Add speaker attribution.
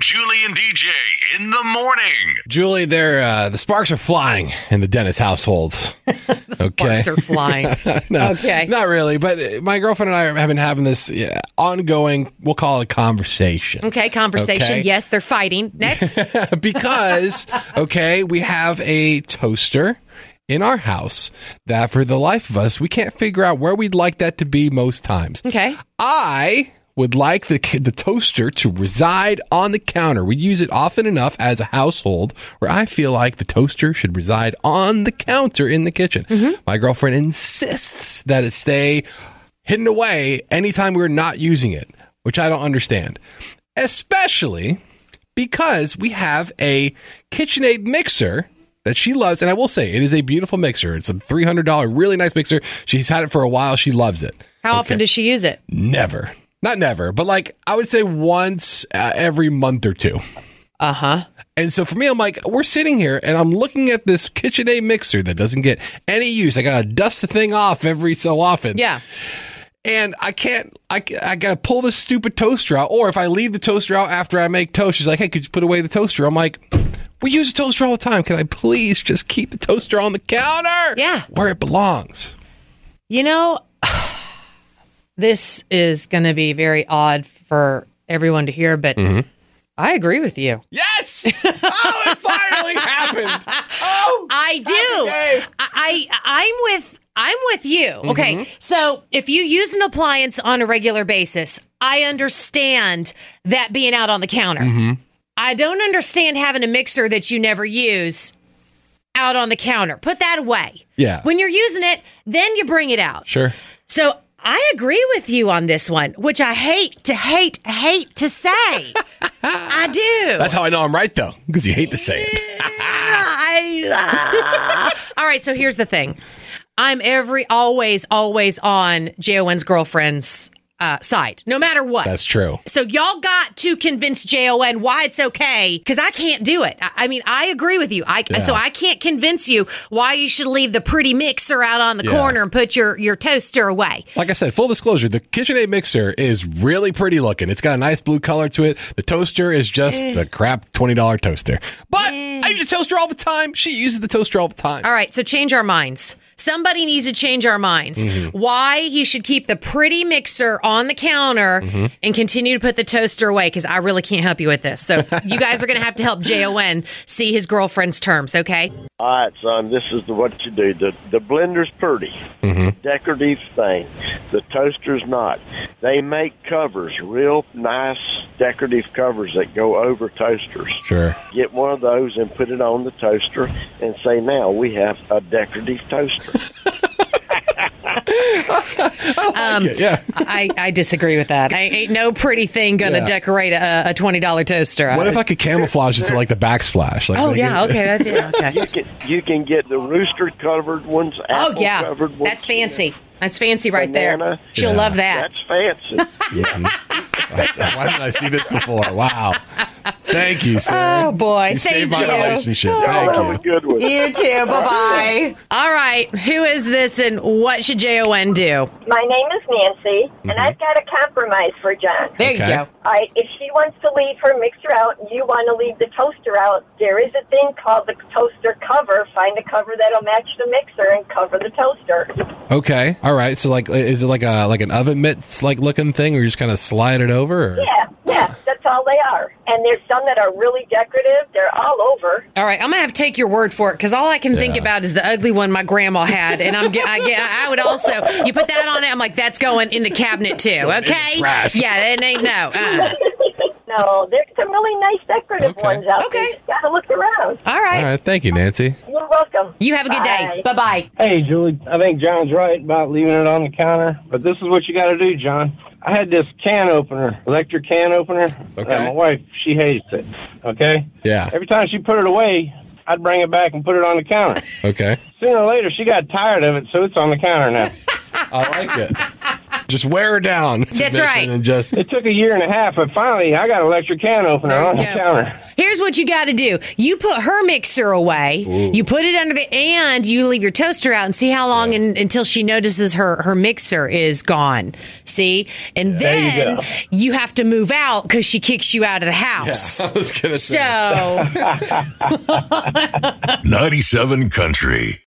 Speaker 1: Julie and DJ in the morning.
Speaker 2: Julie, there uh, the sparks are flying in the Dennis household.
Speaker 3: The sparks are flying.
Speaker 2: no,
Speaker 3: Okay.
Speaker 2: not really. But my girlfriend and I have been having this yeah, ongoing. We'll call it conversation.
Speaker 3: Okay, conversation.
Speaker 2: Okay.
Speaker 3: Yes, they're fighting. Next.
Speaker 2: because okay, we have a toaster in our house that for the life of us we can't figure out where we'd like that to be most times.
Speaker 3: Okay.
Speaker 2: I would like the the toaster to reside on the counter. We use it often enough as a household where I feel like the toaster should reside on the counter in the kitchen. My girlfriend insists that it stay hidden away anytime we're not using it, which I don't understand. Especially because we have a KitchenAid mixer that she loves. And I will say, it is a beautiful mixer. It's a $300, really nice mixer. She's had it for a while. She loves it.
Speaker 3: How often does she use it?
Speaker 2: Never. Not never, but like I would say once uh, every month or two.
Speaker 3: Uh
Speaker 2: Uh-huh.
Speaker 3: huh.
Speaker 2: And so for me, I'm like, we're sitting here and I'm looking at this KitchenAid mixer that doesn't get any use. I gotta dust the thing off every so often.
Speaker 3: Yeah.
Speaker 2: And I can't, I, ca- I gotta pull this stupid toaster out. Or if I leave the toaster out after I make toast, she's like, hey, could you put away the toaster? I'm like, we use a toaster all the time. Can I please just keep the toaster on the counter?
Speaker 3: Yeah.
Speaker 2: Where it belongs.
Speaker 3: You know, this is going to be very odd for everyone to hear, but
Speaker 2: Mm-hmm.
Speaker 3: I agree with you.
Speaker 2: Yes! oh, it finally happened. Oh,
Speaker 3: I
Speaker 2: day.
Speaker 3: do. I, I I'm with I'm with you.
Speaker 2: Mm-hmm.
Speaker 3: Okay. So if you use an appliance on a regular basis, I understand that being out on the counter.
Speaker 2: Mm-hmm.
Speaker 3: I don't understand having a mixer that you never use out on the counter. Put that away.
Speaker 2: Yeah.
Speaker 3: When you're using it, then you bring it out.
Speaker 2: sure.
Speaker 3: So I agree with you on this one, which I hate to hate hate to say. I do.
Speaker 2: That's how I know I'm right, though, because you hate to say it.
Speaker 3: I- All right, so here's the thing. I'm every always always on JON's girlfriend's uh, side, no matter what.
Speaker 2: That's true.
Speaker 3: so y'all got to convince JON why it's okay because I can't do it. I, I mean, I agree with you. I so I can't convince you why you should leave the pretty mixer out on the
Speaker 2: Yeah.
Speaker 3: corner and put your your toaster away.
Speaker 2: Like I said, full disclosure, the KitchenAid mixer is really pretty looking. It's got a nice blue color to it. The toaster is
Speaker 3: Eh.
Speaker 2: just a crap $20 toaster. But I use the toaster all the time. She uses the toaster all the time.
Speaker 3: All right, so change our minds. Somebody needs to change our minds.
Speaker 2: Mm-hmm.
Speaker 3: Why he should keep the pretty mixer on the counter
Speaker 2: Mm-hmm.
Speaker 3: and continue to put the toaster away because I really can't help you with this. So you guys are going to have to help JON see his girlfriend's terms, okay?
Speaker 4: All right, son, this is the, what you do. The, the blender's pretty, decorative thing. The toaster's not. They make covers, real nice decorative covers that go over toasters.
Speaker 2: Sure.
Speaker 4: Get one of those and put it on the toaster and say, now we have a decorative toaster.
Speaker 2: yeah. yeah.
Speaker 3: I, I disagree with that. I ain't no pretty thing going to
Speaker 2: Yeah.
Speaker 3: decorate a, a $20 toaster.
Speaker 2: What if I could camouflage it to like the backsplash? Like,
Speaker 3: oh,
Speaker 2: like
Speaker 3: yeah, okay, that's it. Okay.
Speaker 4: you, can, you can get the rooster covered ones,
Speaker 3: Oh,
Speaker 4: apple
Speaker 3: yeah,
Speaker 4: covered ones.
Speaker 3: that's fancy. That's fancy right there.
Speaker 4: Banana.
Speaker 3: She'll
Speaker 2: Yeah.
Speaker 3: love that.
Speaker 4: That's fancy.
Speaker 2: Why didn't I see this before? Wow. Thank you, sir.
Speaker 3: Oh, boy.
Speaker 2: You
Speaker 3: Thank
Speaker 2: saved my
Speaker 3: you. Oh,
Speaker 2: relationship.
Speaker 4: Have a
Speaker 2: Thank you.
Speaker 4: good one.
Speaker 3: You too. Bye bye. All right. Who is this and what should JON do?
Speaker 5: My name is Nancy, and
Speaker 3: Mm-hmm.
Speaker 5: I've got a compromise for John.
Speaker 3: There
Speaker 2: Okay.
Speaker 3: you go.
Speaker 5: All right, if she wants to leave her mixer out and you want to leave the toaster out, there is a thing called the toaster cover. Find a cover that'll match the mixer and cover the toaster.
Speaker 2: Okay. All right. So, like, is it like a like an oven mitts like looking thing, where you just kind of slide it over? Or?
Speaker 5: Yeah, yeah, that's all they are. And there's some that are really decorative. They're all over.
Speaker 3: All right, I'm gonna have to take your word for it because all I can think
Speaker 2: Yeah.
Speaker 3: about is the ugly one my grandma had, and I'm ge- I, get, I would also you put that on it. I'm like that's going in the cabinet too. Okay,
Speaker 2: trash.
Speaker 3: yeah, it ain't no. Uh.
Speaker 5: No, there's some really nice decorative
Speaker 2: Okay.
Speaker 5: ones out there.
Speaker 3: Okay.
Speaker 5: You just gotta look around.
Speaker 3: All right,
Speaker 2: All right. Thank you, Nancy.
Speaker 5: You're welcome.
Speaker 3: you have a good day. Bye bye.
Speaker 6: Hey, Julie, I think John's right about leaving it on the counter, but this is what you got to do, John. I had this can opener, electric can opener. that
Speaker 2: Okay.
Speaker 6: my wife, she hates it. Okay.
Speaker 2: Yeah.
Speaker 6: Every time she put it away, I'd bring it back and put it on the counter.
Speaker 2: Okay.
Speaker 6: Sooner or later, she got tired of it, so it's on the counter now.
Speaker 2: I like it. Just wear her down.
Speaker 3: That's right.
Speaker 2: And just
Speaker 6: It took a year and a half, but finally I got an electric can opener on the
Speaker 3: Yeah.
Speaker 6: counter.
Speaker 3: Here's what you got to do. You put her mixer away. You put it under the and you leave your toaster out and see how long and, until she notices her her mixer is gone. See? And
Speaker 6: you
Speaker 3: then
Speaker 6: go.
Speaker 3: you, have to move out cuz she kicks you out of the house.
Speaker 2: I was gonna say.
Speaker 3: So
Speaker 1: 97 Country.